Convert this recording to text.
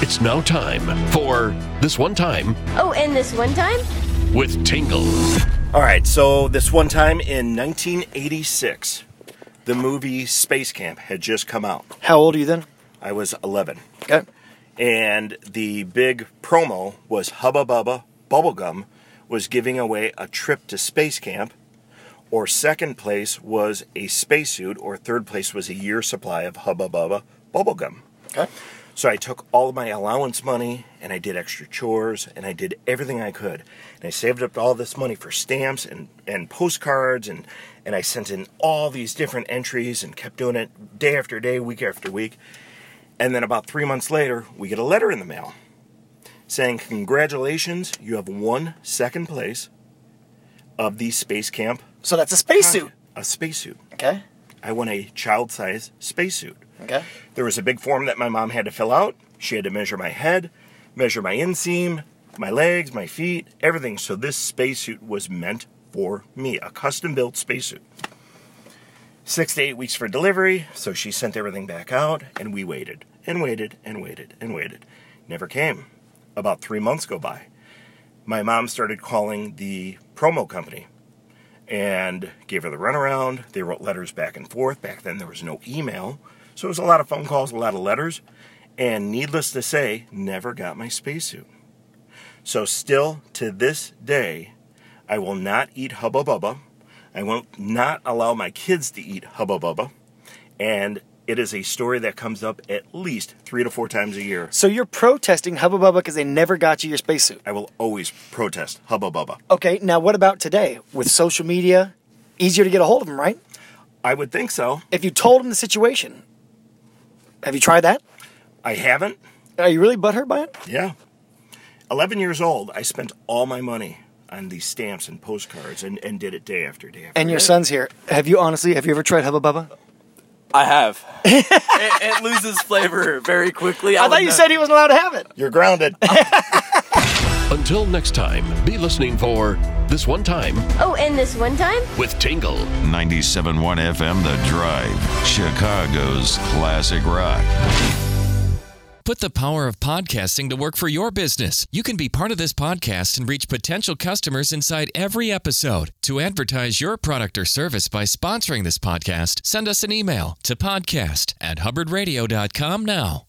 It's now time for This One Time Oh, and this one time? with Tingle. All right, so this one time in 1986, the movie Space Camp had just come out. How old are you then? I was 11. Okay. And the big promo was Hubba Bubba Bubblegum was giving away a trip to space camp, or second place was a spacesuit, or third place was a year's supply of Hubba Bubba Bubblegum. Okay. So I took all of my allowance money and I did extra chores and I did everything I could. And I saved up all this money for stamps and, and postcards and, and I sent in all these different entries and kept doing it day after day, week after week. And then about three months later, we get a letter in the mail saying, Congratulations, you have won second place of the space camp. So that's a spacesuit. A spacesuit. Okay. I won a child size spacesuit. Okay. There was a big form that my mom had to fill out. She had to measure my head, measure my inseam, my legs, my feet, everything. So this spacesuit was meant for me, a custom built spacesuit. Six to eight weeks for delivery, so she sent everything back out, and we waited and waited and waited and waited. Never came. About three months go by. My mom started calling the promo company and gave her the runaround. They wrote letters back and forth. Back then, there was no email. So it was a lot of phone calls, a lot of letters. And needless to say, never got my spacesuit. So, still to this day, I will not eat Hubba Bubba. I will not allow my kids to eat Hubba Bubba. And it is a story that comes up at least three to four times a year. So you're protesting Hubba Bubba because they never got you your spacesuit. I will always protest Hubba Bubba. Okay. Now what about today with social media? Easier to get a hold of them, right? I would think so. If you told them the situation, have you tried that? I haven't. Are you really butthurt by it? Yeah. 11 years old, I spent all my money on these stamps and postcards and, and did it day after day. After And your day. son's here. Have you honestly? Have you ever tried Hubba Bubba? I have. it, it loses flavor very quickly. I would thought you know- said he wasn't allowed to have it. You're grounded. Until next time, be listening for This One Time Oh, and this one time? with Tingle. 97.1 FM The Drive, Chicago's classic rock. Put the power of podcasting to work for your business. You can be part of this podcast and reach potential customers inside every episode. To advertise your product or service by sponsoring this podcast, send us an email to podcast at hubbardradio.com now.